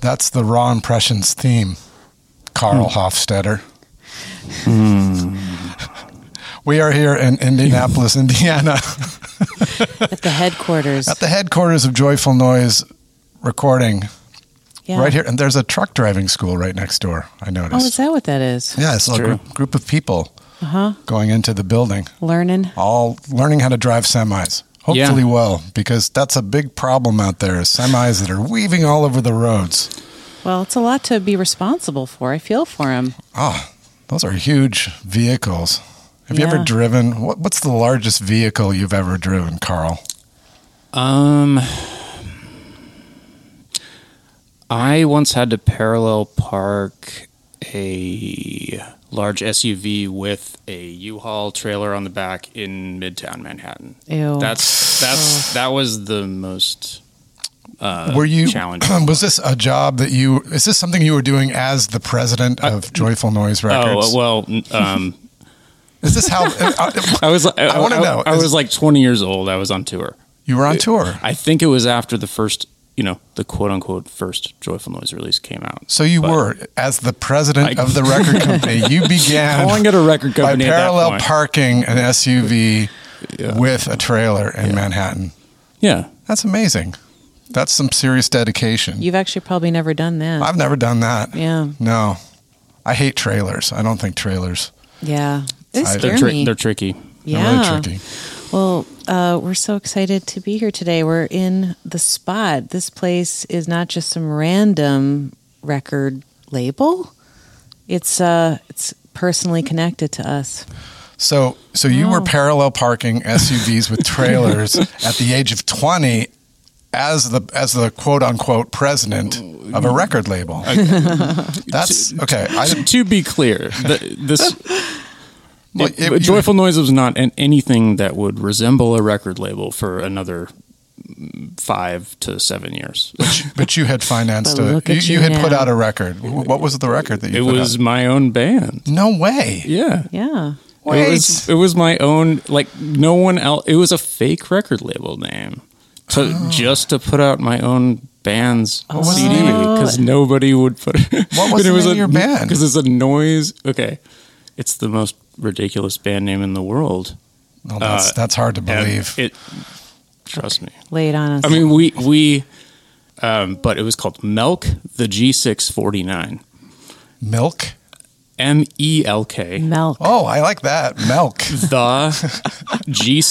That's the raw impressions theme, Carl Hofstetter. we are here in Indianapolis, Indiana, at the headquarters. at the headquarters of Joyful Noise Recording, yeah. right here. And there's a truck driving school right next door. I Oh, is noticed. that Uh-huh. what that is? yeah, it's a little group, group of people going into the building, Learning. all learning how to drive semis. Yeah. Hopefully, well, because that's a big problem out there is semis that are weaving all over the roads. Well, it's a lot to be responsible for. I feel for him. Oh, those are huge vehicles. Have you ever Yeah. driven? What, what's the largest vehicle you've ever driven, Carl? Um, I once had to parallel park a large SUV with a U-Haul trailer on the back in Midtown Manhattan. Ew. That's that's that was the most. Uh, were you? challenging. was this a job that you? Is this something you were doing as the president of Joyful Noise Records? Uh, Oh well, n- um, is this how uh, I was. I, I wanna I- know, I is- was like 20 years old. I was on tour. you were on tour? I think it was after the first, you know, the quote unquote first Joyful Noise release came out. So you But- were as the president I- of the record company. You began Calling it a record by company at that parallel point. parking an SUV Yeah. with a trailer in Manhattan. Yeah. That's amazing. That's some serious dedication. You've actually probably never done that. I've never done that. yeah. No, I hate trailers. I don't think trailers. Yeah. They I- scare They're, tri- me. they're tricky. They're yeah. really tricky. Well, uh, we're so excited to be here today. We're in the spot. This place is not just some random record label. It's uh, it's personally connected to us. So, so you were Wow. parallel parking SUVs with trailers at the age of twenty, as the as the quote unquote president of a record label. That's okay. I, To be clear, the, this well, it- it- you- Joyful Noise was not an, anything that would resemble a record label for another mm, five to seven years. but you had financed But a look you, at you you had put now. out a record. Wh- What was the record that you? it put was out? my own band. no way. Yeah. Yeah. It was, it was my own, like no one else. It was a fake record label name, to just to put out my own band's Oh. was the CD name? because nobody would put it. What was the name of your band? Because it's a noise. Okay, it's the most ridiculous band name in the world. Well, that's Uh, that's hard to And believe. it. Trust me. Lay it on us. I mean, we we. Um, but it was called Melk the G649. Milk. M E L K Milk. Oh, I like that. Milk. the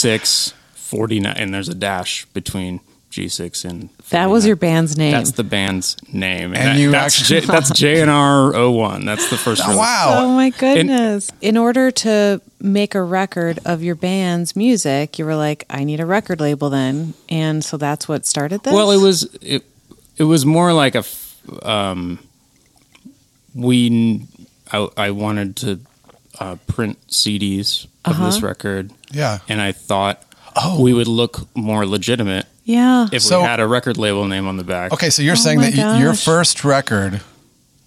G649 and there's a dash between G6 and That was 49. your band's name. That's the band's name. And, And that- you that's actually- J, that's JNR 01. That's the first release. wow. Oh my goodness. In order to make a record of your band's music, you were like, I need a record label then. And so that's what started this? Well, it was it, it was more like a f- um, we I, I wanted to uh, print CDs of this record Yeah. and I thought oh. we would look more legitimate Yeah. if So- we had a record label name on the back. Okay, so you're saying Oh my that y- your gosh. first record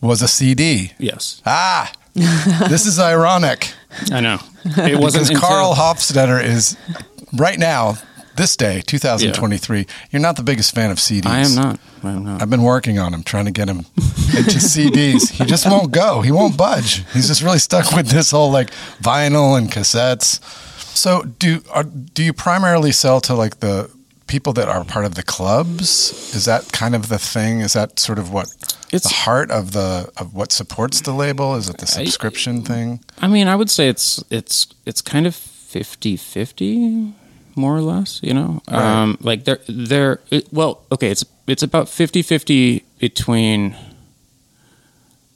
was a CD. Yes. Ah, this is ironic I know. It because wasn't until- Carl Hofstetter is right now, this day, 2023. You're not the biggest fan of CDs. I am not. I am not. I've been working on him, trying to get him into CDs. He just won't go. He won't budge. He's just really stuck with this whole like vinyl and cassettes. So do are, do you primarily sell to like the people that are part of the clubs? Is that kind of the thing? Is that sort of what It's- the heart of the of what supports the label? Is it the subscription thing? I mean, I would say it's it's it's kind of 50-50 more or less, you know. Um like they're they're it, well, okay, it's it's about 50-50 between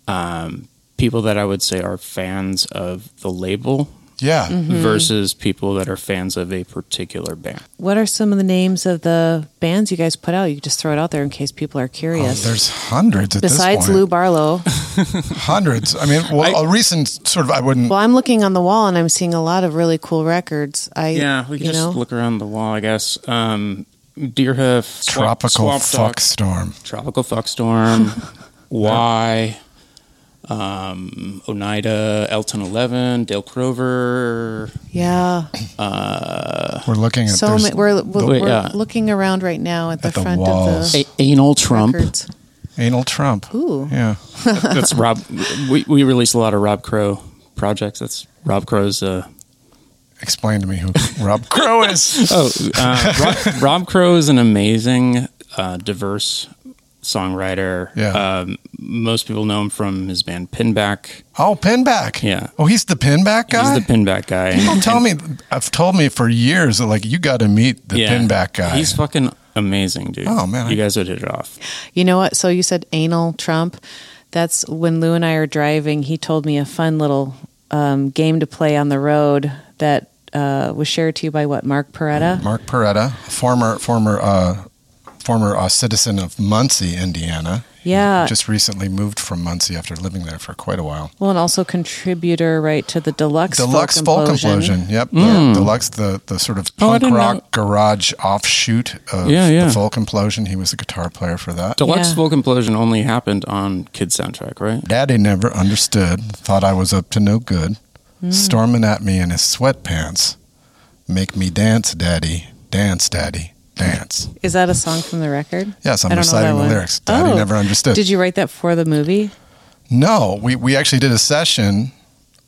um people that I would say are fans of the label Yeah. Mm. Mm-hmm. versus people that are fans of a particular band. What are some of the names of the bands you guys put out? You could just throw it out there in case people are Oh, curious. there's hundreds at Besides this point. Lou Barlow, hundreds. I mean, well, a recent sort of I wouldn't. well, I'm looking on the wall and I'm seeing a lot of really cool records. I Yeah, we can you just know, look around the wall, I guess. Um Deerhoof, Swamp- Tropical Swamp Dog, fuck storm. Tropical Fuckstorm, Why, um, Oneida, Elton Eleven, Dale Crover. yeah. We're looking at So there's- ma- we're we're, Wait, we're yeah. looking around right now at the At the front walls. of the A- anal Trump. records. anal Trump. Ooh. Yeah. That's Rob. We, we released a lot of Rob Crow projects. That's Rob Crow's. Uh, Explain to me who Rob Crow is. oh, uh, Rob, Rob Crow is an amazing, uh, diverse songwriter. Yeah. Um, most people know him from his band Pinback. Oh, Pinback. Yeah. Oh, he's the Pinback guy. He's the Pinback guy. And- People tell me, I've told me for years that like you got to meet the yeah. Pinback guy. He's fucking amazing, dude. Oh, man, I- you guys would hit it off. You know what? So you said anal Trump. That's when Lou and I are driving. He told me a fun little um, game to play on the road that uh, was shared to you by what Mark Peretta. Mark Peretta, former former uh, former uh, citizen of Muncie, Indiana. Yeah. Mm-hmm. Just recently moved from Muncie after living there for quite a while. Well, and also contributor right to the deluxe Deluxe Folk Implosion. Yep. The Deluxe, the, the sort of Hmm. Oh, I punk didn't rock garage offshoot of Yeah, yeah. the Folk Implosion. He was a guitar player for that. Deluxe Yeah. Full Complosion only happened on Kids Soundtrack, right? Daddy never understood, thought I was up to no good. Hmm. Storming at me in his sweatpants. Make me dance, Daddy. Dance, Daddy. Dance. Is that a song from the record? Yes, I'm I don't know reciting that the one. lyrics. Daddy Oh. never understood. Did you write that for the movie? No, we, we actually did a session.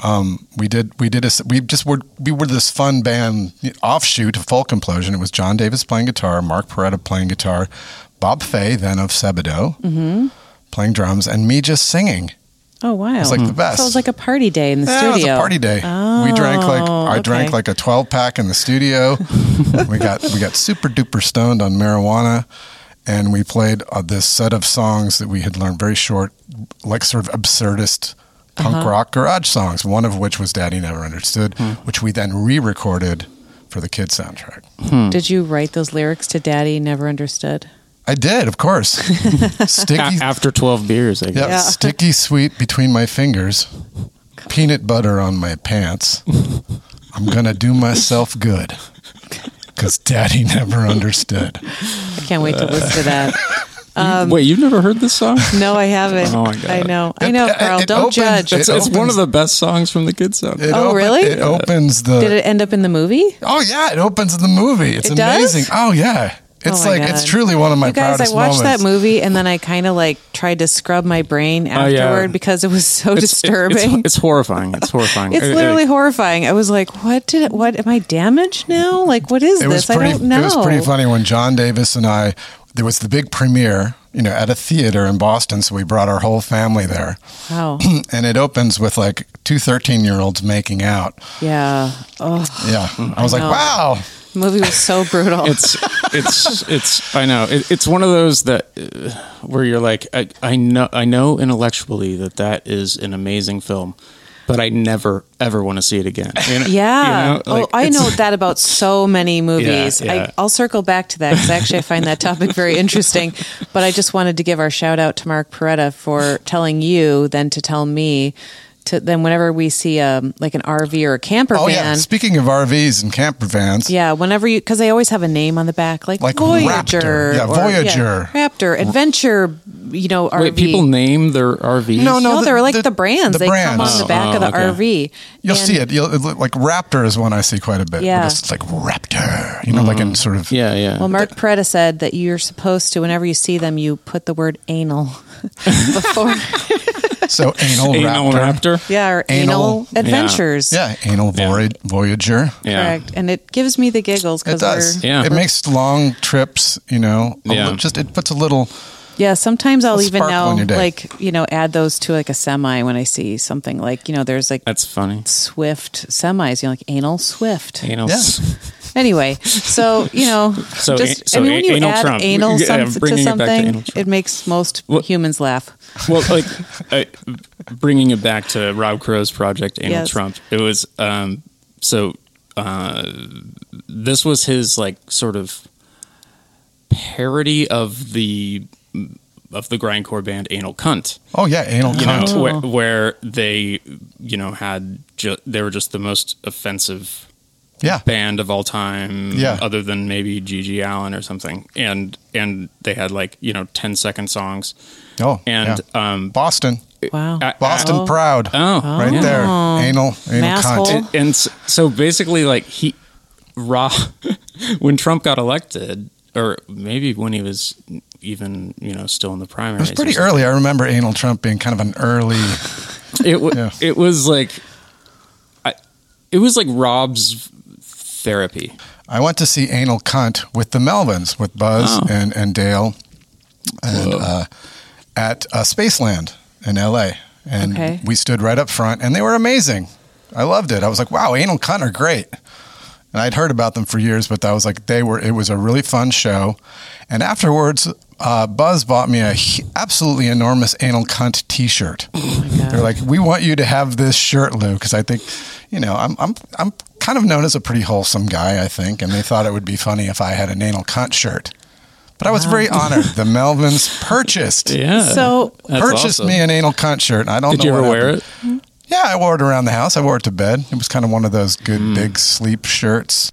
Um, we did we did a s- we just were we were this fun band offshoot of Folk Implosion. It was John Davis playing guitar, Mark Peretta playing guitar, Bob Fay then of Sebadoh Mm-hmm. playing drums, and me just singing. Oh wow! It's like the best. So it was like a party day in the Yeah, studio. It was a party day. we drank like Oh, I drank okay. like a twelve pack in the studio. we got we got super duper stoned on marijuana, and we played uh, this set of songs that we had learned very short, like sort of absurdist punk Uh-huh. rock garage songs. One of which was "Daddy Never Understood," Hmm. which we then re-recorded for the kids soundtrack. Hmm. Did you write those lyrics to Daddy Never Understood? I did, of course. Sticky, A- after 12 beers, I Yeah, guess. Yeah. sticky sweet between my fingers, peanut butter on my pants. I'm gonna do myself good, cause Daddy never understood. I can't wait to listen to that. Um, Wait, you've never heard this song? No, I haven't. Oh, my God. I know. I It- know, it- Carl. it don't opens- judge. it- It's, it's one opens- of the best songs from the kids soundtrack. It Oh, open- really? It opens the. Did it end up in the movie? oh yeah, it opens the movie. It's It does? amazing. Oh yeah, it's Oh, my like it's God. truly one of my you guys, I proudest watched that moments. movie and then I kind of like tried to scrub my brain Oh, afterward yeah. because it was so It's- it- Oh, disturbing. It's, it's horrifying. It's horrifying. It's It- it- literally horrifying. I was like, "What did? What am I damaged now? Like, what is It was this? pretty. I don't know." It was pretty funny when John Davis and I. There was the big premiere, you know, at a theater in Boston. So we brought our whole family there. Wow. and it opens with like two 13 year olds making out. Yeah. Oh, Yeah. I was like, No. wow. the movie was so brutal. it's it's it's I know it, it's one of those that uh, where you're like I, I know I know intellectually that that is an amazing film, but I never ever want to see it again. You know- yeah. you know, like, oh, I it's- know that about so many movies. Yeah, yeah. I, I'll circle back to that because actually I find that topic very interesting. But I just wanted to give our shout out to Mark Peretta for telling you, then to tell me, to then whenever we see um like an RV or a camper Oh, yeah. van. Speaking of RVs and camper vans, Yeah, whenever you because they always have a name on the back, like, Like Voyager, Raptor. Yeah, Voyager. Raptor, Adventure. You know, RV. Wait, people name their RVs. No, no, they're the- like the, the- brands. the they come brands. on the back Oh, of the okay. RV. you'll And- see it. You'll, it look- like Raptor is one I see quite a bit. Yeah. It's like Raptor, you know, like in sort of. Yeah, yeah. Well, Mark Preda said that you're supposed to, whenever you see them, you put the word anal before. So anal, Anal raptor. raptor. Yeah, or Anal. anal, adventures. Yeah, anal void, voyager. Yeah. Correct. And it gives me the giggles It because does. Yeah. It makes long trips, you know. a Yeah. li- just it puts a little Yeah, sometimes I'll A even sparkle now in your day. like, you know, add those to like a semi when I see something like, you know, there's like That's funny. Swift semis, you know, like anal Swift. Anal. Yeah. Anyway, so you know, So just a- so I mean, when you anal add Trump. anal Yeah, I'm something to bringing it back to something, anal it, Trump. makes most What- humans laugh. well, like I, bringing it back to Rob Crow's project, Anal Yes. Trump. It was um, so. Uh, this was his like sort of parody of the of the grindcore band Anal Cunt Oh yeah, anal you know, cunt. where, where they, you know, had ju- they were just the most offensive Yeah. band of all time, Yeah. other than maybe Gigi Allen or something. And and they had like you know 10 second songs, Oh. and yeah. um, Boston. Wow. I- Boston Oh. proud. oh, Right yeah. there. Anal anal Masshole. cunt. And, and s- so basically, like he, raw, when Trump got elected, or maybe when he was even you know still in the primary, It was pretty early. I remember anal Trump being kind of an early it was Yeah. it was like I, it was like Rob's therapy. I went to see Anal Cunt with the Melvins, with Buzz Oh. and, and Dale, and uh, at uh, Spaceland in LA. And Okay. we stood right up front, and they were amazing. I loved it. I was like, wow, Anal Cunt are great. And I'd heard about them for years, but that was like, they were, it was a really fun show. And afterwards, uh, Buzz bought me a h- absolutely enormous Anal Cunt t shirt. They're like, we want you to have this shirt, Lou, because I think, you know, I'm, I'm, I'm kind of known as a pretty wholesome guy, I think, and they thought it would be funny if I had an anal cunt shirt. But I was very honored. The Melvins purchased Yeah. So- That's purchased awesome. me an anal cunt shirt. and I don't. Did know you ever what wear happened. it? Yeah, I wore it around the house. I wore it to bed. It was kind of one of those good Hmm. big sleep shirts.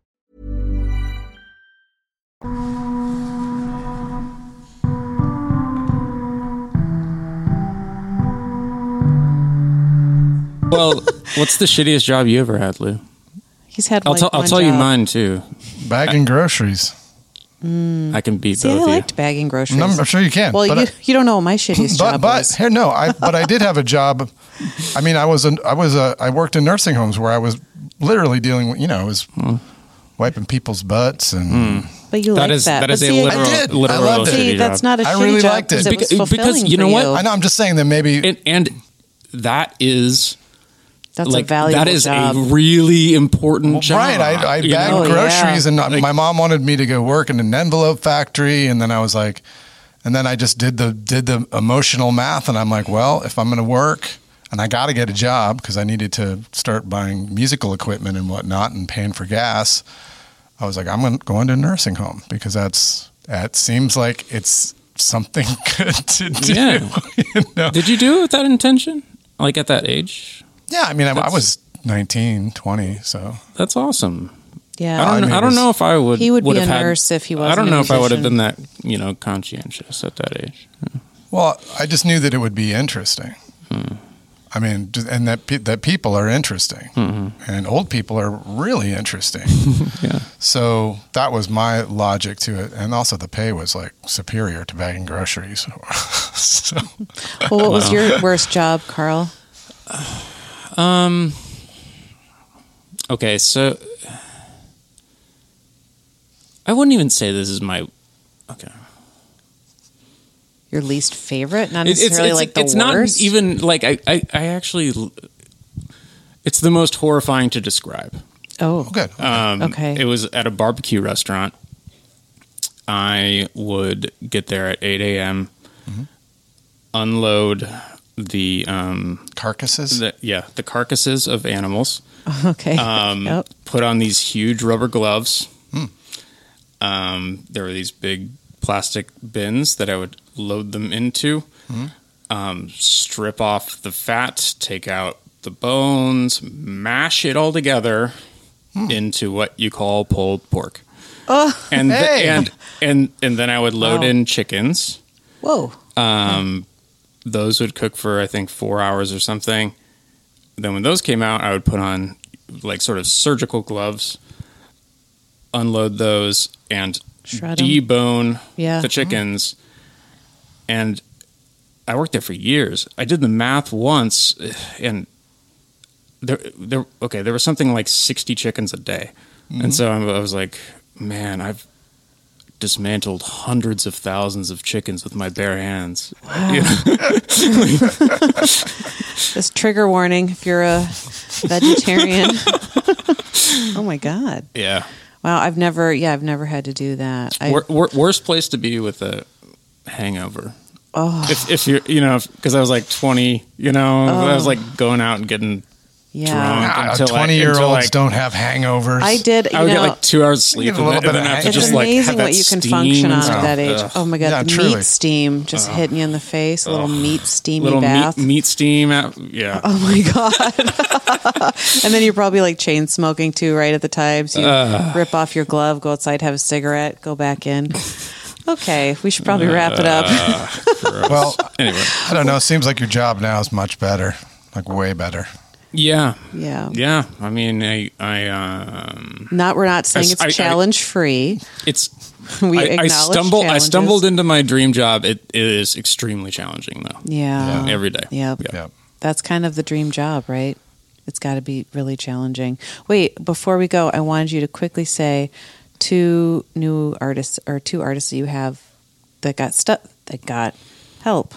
Well, what's the shittiest job you ever had, Lou? He's had. I'll like, tell I'll one tell you job. mine too. Bagging groceries. I can Mm. beat See, I both of liked bagging groceries. No, I'm sure you can. well, but you I- you don't know what my shittiest but job but was. here no I but I did have a job. I mean I was an, I was a I worked in nursing homes where I was literally dealing with you know I was wiping people's butts and But you That liked is- that. that But is a see, literal- I did. literal I loved it. See, shitty that's job. not a I shitty really job liked it. because Beca- was because fulfilling you know for what? you. I know I'm just saying that maybe you. And and that is That's like a valuable that is job. a really important job. Right, I, I you bagged know? Oh, groceries, yeah. and my mom wanted me to go work in an envelope factory, and then I was like, and then I just did the did the emotional math, and I'm like, well, if I'm going to work, and I got to get a job because I needed to start buying musical equipment and whatnot, and paying for gas. I was like, I'm going to go into a nursing home because that's that seems like it's something good to do. Yeah. you know? Did you do it with that intention? Like at that age? Yeah, I mean, I, I That's- was 19, 20, so That's awesome. yeah. I don't. I mean, know, I don't it's- know if I would. He would be would've a had- nurse if he wasn't I don't a know if I would have musician. been that you know conscientious at that age. Well, I just knew that it would be interesting. Hmm. I mean, just- and that pe- that people are interesting, Mm-hmm. and old people are really interesting. Yeah. So that was my logic to it, and also the pay was like superior to bagging groceries. so Well, what was your worst job, Carl? Um. Okay, so I wouldn't even say this is my. Okay, Your least favorite? Not It- it's necessarily it's, like the it's worst. not even like I, I I actually. l- It's the most horrifying to describe. Oh, good. Um, Okay. It was at a barbecue restaurant. I would get there at 8 a.m., unload the um, Carcasses. the yeah the carcasses of animals. Okay. Um, Yep. Put on these huge rubber gloves. Um, there were these big plastic bins that I would load them into. Um, strip off the fat, take out the bones, mash it all together into what you call pulled pork. Oh, and th- Hey! and and and then I would load Wow. in chickens. Whoa. Um, Those would cook for I think four hours or something. Then when those came out, I would put on like sort of surgical gloves, unload those, and Shred 'em. debone Yeah. the chickens. And I worked there for years. I did the math once, and there, there, okay, there was something like sixty chickens a day, and so I was like, man, I've dismantled hundreds of thousands of chickens with my bare hands. This trigger warning if you're a vegetarian. oh my god. Yeah. Wow, I've never yeah, I've never had to do that. I, Wor- wor- worst place to be with a hangover. Oh. If, if you're, you know, because I was like 20, you know, I Oh. was like going out and getting, yeah. drunk. Ah, Until I- 20 year until olds I- don't have hangovers. I did, you I would know, get like two hours sleep. Get a little and then, bit of and then I have hangover. to it's just like, amazing have that what you can steam function and on at stuff. that age. Ugh. Oh my god, Yeah, the truly. meat steam just hitting you in the face, a little meat steamy Uh, little bath. meat, meat steam. Out, yeah. Oh my god! and then you're probably like chain smoking too, right at the time. So you Uh. rip off your glove, go outside, have a cigarette, go back in. Okay, we should probably wrap it Uh. up. well, Anyway. I don't know. It seems like your job now is much better, like way better. Yeah. yeah, Yeah. I mean, I, I, um, not we're not saying I- it's I- I- challenge free. it's, We I, I acknowledge stumbled, I challenges. stumbled into my dream job. It, it is extremely challenging though. Yeah, Every day. Yep. Yeah. Yeah. That's kind of the dream job, right? It's got to be really challenging. Wait, before we go, I wanted you to quickly say two new artists or two artists that you have that got stuck that got help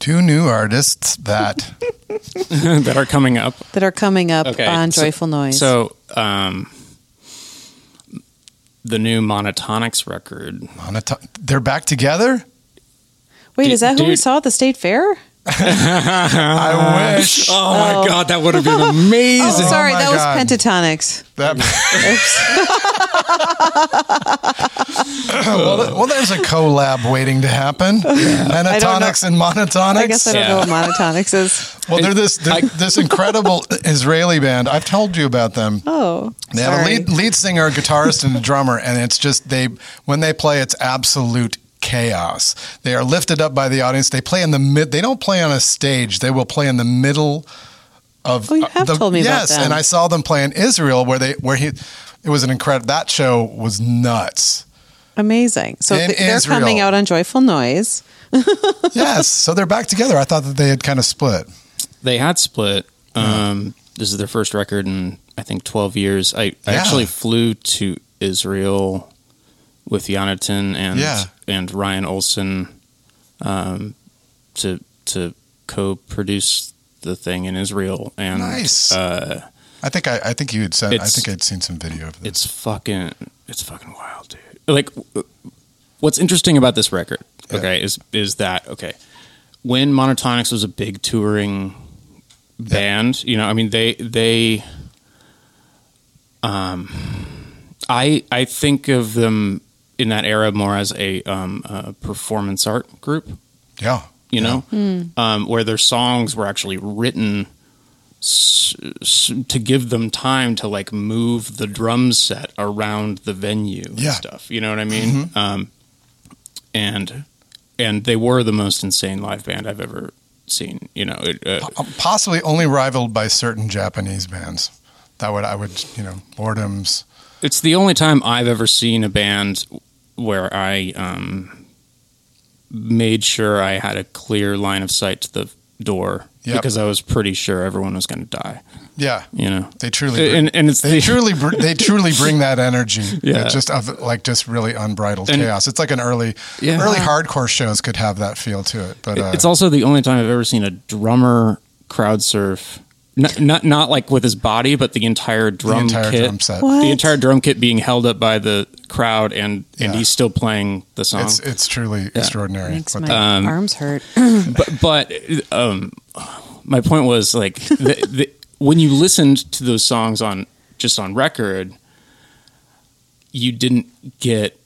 Two new artists that that are coming up. that are coming up Okay, on so- Joyful Noise. So, um, the new Monotonics record. on a t- they're back together. Wait, is that who we dude. saw at the state fair? I wish Oh my god, that would have been amazing. Oh, sorry, my that God. was Pentatonics. that. well, th- well, there's a collab waiting to happen. Pentatonics and monotonics. I guess I don't Yeah. know what monotonics is. Well, they're this they're this incredible Israeli band. I've told you about them. Oh, They sorry. have a lead, lead singer, a guitarist, and a drummer, and it's just they when they play, it's absolute chaos. They are lifted up by the audience. They play in the mid. They don't play on a stage. They will play in the middle of. uh, Oh, you have the, told me about yes, them. and I saw them play in Israel, where they where he. It was an incredible. That show was nuts. Amazing. So In th- they're Israel. coming out on Joyful Noise. yes, so they're back together. I thought that they had kind of split. They had split. Um, This is their first record in I think 12 years. I, I Yeah. actually flew to Israel with Yonatan and Yeah. and Ryan Olson um, to to co-produce the thing in Israel and Nice. uh, I think I, I think you had said. I It's- think I'd seen some video of this. it's fucking it's fucking wild dude like w- what's interesting about this record okay is is that okay when monotonics was a big touring band you know i mean they they um i i think of them in that era more as a um a performance art group Yeah, Hmm. you know, um, where their songs were actually written s- s- to give them time to like move the drum set around the venue Yeah. Mm-hmm. and stuff. You know what I mean? Um, and and they were the most insane live band I've ever seen. You know, it, uh, Po- Um, possibly only rivaled by certain Japanese bands. That would I would you know boredoms. it's the only time I've ever seen a band where I um, made sure I had a clear line of sight to the door Yep. because I was pretty sure everyone was going to die. Yeah, You know. they truly bring, and and it's they the, truly br- they truly bring that energy. Yeah. It's just of like just really unbridled And- chaos. It's like an early Yeah. early hardcore shows could have that feel to it. But uh, It's also the only time I've ever seen a drummer crowd surf Not, not not like with his body, but the entire drum entire kit. drum set. What? The entire drum kit being held up by the crowd, and and Yeah. he's still playing the song. It's it's truly extraordinary. Makes what my the- um, arms hurt. but but um, my point was like the, the, when you listened to those songs on just on record, you didn't get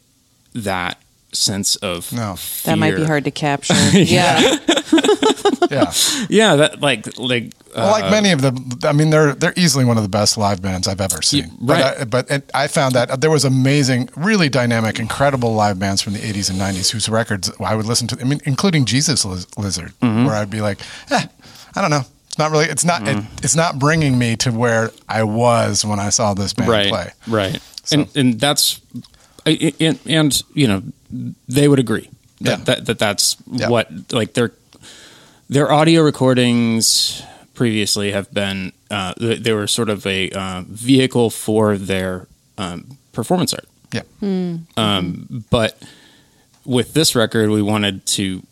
that sense of No. that might be fear. hard to capture. yeah. yeah. Yeah, that like like Well, like many of the, I mean, they're they're easily one of the best live bands I've ever seen. But, right. I, but it, I found that there was amazing, really dynamic, incredible live bands from the '80s and '90s whose records I would listen to. I mean, including Jesus Liz- Lizard, Mm-hmm. where I'd be like, eh, I don't know, it's not really, it's not, Mm. it, it's not bringing me to where I was when I saw this band right, play. right, So- and and that's I- I- and, and you know they would agree that Yeah. that, that that's Yeah. what like their their audio recordings previously have been uh, they they were sort of a uh, vehicle for their um, performance art, Yeah, Mm. but with this record we wanted to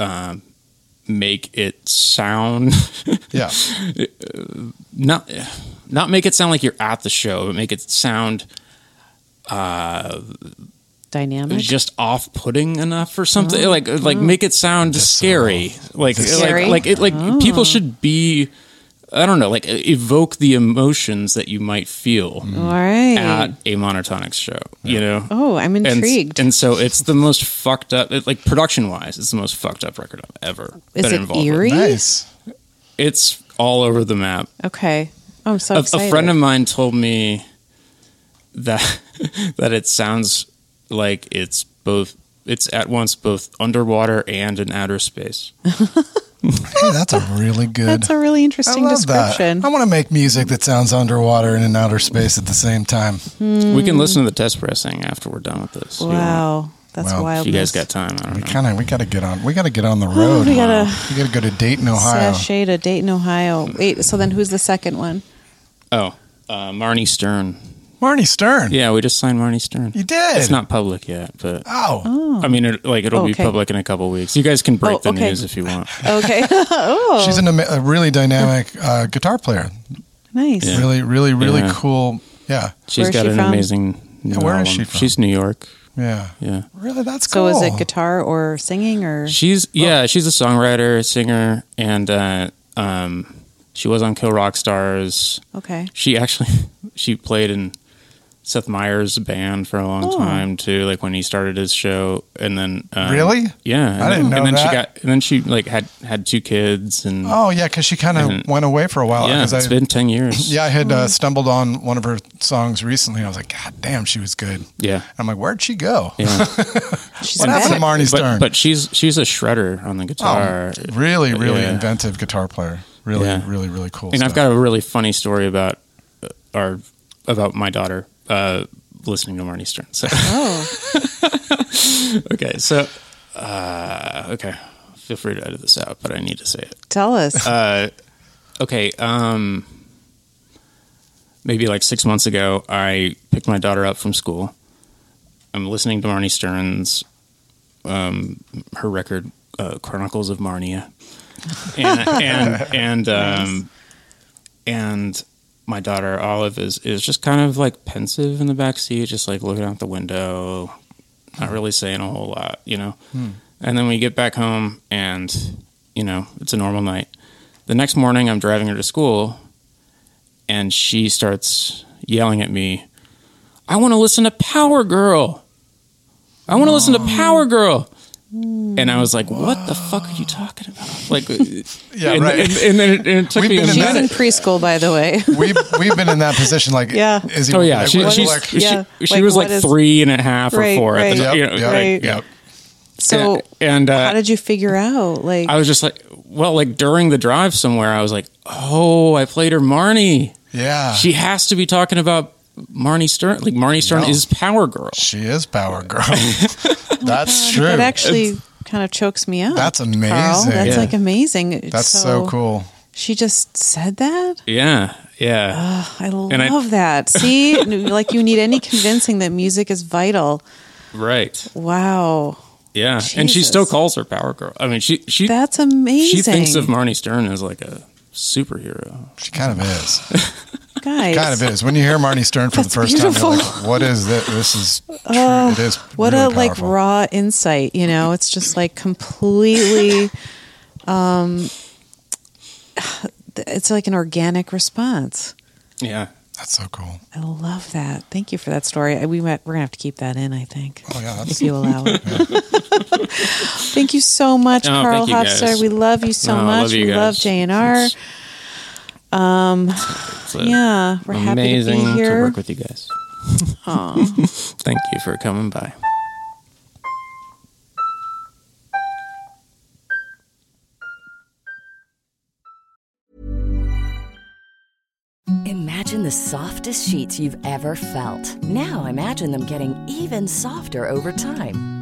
um, make it sound yeah, not not make it sound like you're at the show, but make it sound Dynamic. just off-putting enough for something like like make it sound scary like Oh. Scary? Oh. like like it like people should be i don't know like evoke the emotions that you might feel All right. at a monotonics show you know oh, I'm And- intrigued. and, so it's the most fucked up it, like production wise it's the most fucked up record i've ever Is been it involved with. eerie? nice. it's all over the map Okay. Oh, I'm so a, excited. a friend of mine told me that that it sounds like it's both it's at once both underwater and in outer space. Hey, that's a really good. That's a really I interesting love that. description. I want to make music that sounds underwater and in outer space at the same time. We can listen to the test pressing after we're done with this. You want- Wow. That's Well, if wild. you guys got time, I We don't know. kind of we got to get on. We got to get on the road. Oh, we gotta- We gotta go to Dayton, Ohio. Sashay to Dayton, Ohio. Wait, so then who's the second one? Oh, uh, Marnie Stern. Marnie Stern. Yeah, we just signed Marnie Stern. You did. It's not public yet, but Oh, I mean, it, like it'll be Okay. public in a couple weeks. You guys can break Oh, the okay. news if you want. Okay. oh, she's an, ama- a really dynamic uh, guitar player. nice. Really, really, really Yeah. cool. Yeah, She's Where's got she an from? amazing. New Yeah, where is album. she from? She's New York. yeah, Yeah. Really, that's So cool. is it guitar or singing or? She's yeah, she's a songwriter, singer, and uh, um, she was on Kill Rock Stars. Okay. She actually she played in Seth Meyers' band for a long Oh. time too, like when he started his show, and then um, Really? yeah, and I didn't then, know and then that. she got and then she like had had two kids, and Oh yeah, because she kind And- of went away for a while. Mm-hmm. yeah, 'cause it's I, been ten years. yeah, I had Mm-hmm. uh, stumbled on one of her songs recently. I was like, God damn, she was good. yeah, I'm like, where'd she go? yeah. She's What happened to back. Marnie Stern? Oh, but but she's she's a shredder on the guitar. really, really Yeah. inventive guitar player. Really, Yeah. really, really cool. And I've stuff. got a really funny story about uh, our about my daughter uh, listening to Marnie Stern. So Oh, okay, so uh, okay, feel free to edit this out, but I need to say it. tell us. Uh, Okay, um, maybe like six months ago, I picked my daughter up from school. I'm listening to Marnie Stern's um, her record uh, Chronicles of Marnia, and and and um, and my daughter Olive is is just kind of like pensive in the back seat, just like looking out the window, not really saying a whole lot, you know. And then we get back home, and you know it's a normal night. The next morning, I'm driving her to school, and she starts yelling at me, I want to listen to Power Girl. I want to listen to Power Girl. And I was like, what the fuck are you talking about? Like, yeah, and, right. And, and then it, and it took We've me a been in She's minute. in preschool, by the way. we've we've been in that position like Yeah. Izzy, Oh yeah, like, she, we're she's, like- she, Yeah, she like, was what like is- three and a half or Right, four. At the right. time, you know, Yep, like, right. yeah. So, And uh, how did you figure out? Like, I was just like, well, like during the drive somewhere, I was like, oh, I played her Marnie. yeah She has to be talking about Marnie Stern. Like Marnie Stern No. is Power Girl. She is Power Girl. Oh, That's true. that actually kind of chokes me up. That's amazing. Carl. That's Yeah. like amazing. It's That's so, cool. She just said that. Yeah, yeah. I love I- that. See, like you need any convincing that music is vital. right. Wow, Yeah, and she still Jesus. calls her Power Girl. I mean, she she that's amazing. she thinks of Marnie Stern as like a superhero. She kind of is. Guys, kind of is. When you hear Marty Stern for the That's first time, you're beautiful. Oh, like, what is this? This is true. it is. what really a like powerful. raw insight you know it's just like completely um it's like an organic response Yeah. That's so cool. i love that thank you for that story I- we might, we're gonna have to keep that in i think Oh, yeah. That's, if you allow it thank you so much Oh, carl thank you guys. hofstra we love you so No, I much love you we guys. love j&r It's- It's a- yeah we're happy to amazing be to here work with you guys. Thank you for coming by. Imagine the softest sheets you've ever felt. Now imagine them getting even softer over time.